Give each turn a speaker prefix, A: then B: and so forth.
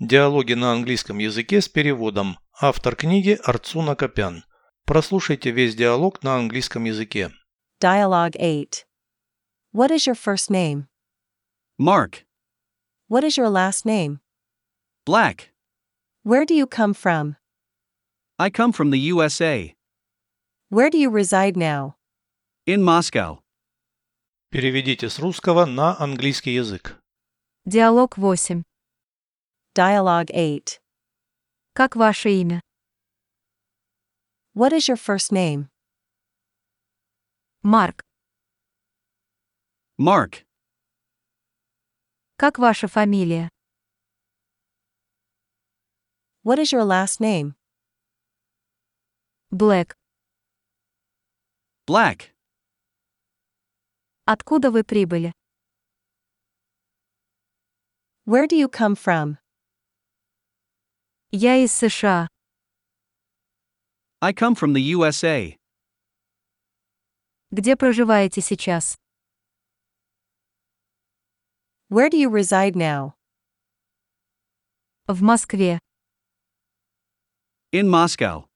A: Диалоги на английском языке с переводом. Автор книги Арцуна Копян. Прослушайте весь диалог на английском языке.
B: Dialogue 8. What is your first name?
C: Mark.
B: What is your last name?
C: Black.
B: Where do you come from?
C: I come from the USA.
B: Where do you reside now?
C: In Moscow.
A: Переведите с русского на английский язык.
D: Диалог 8.
B: Dialogue 8.
D: Как ваше имя?
B: What is your first name?
D: Марк.
C: Mark.
D: Как ваша фамилия?
B: What is your last name?
D: Блэк.
C: Black.
D: Откуда вы прибыли?
B: Where do you come from?
D: Я из США.
C: I come from the USA.
D: Где проживаете сейчас?
B: Where do you reside now?
D: В Москве.
C: In Moscow.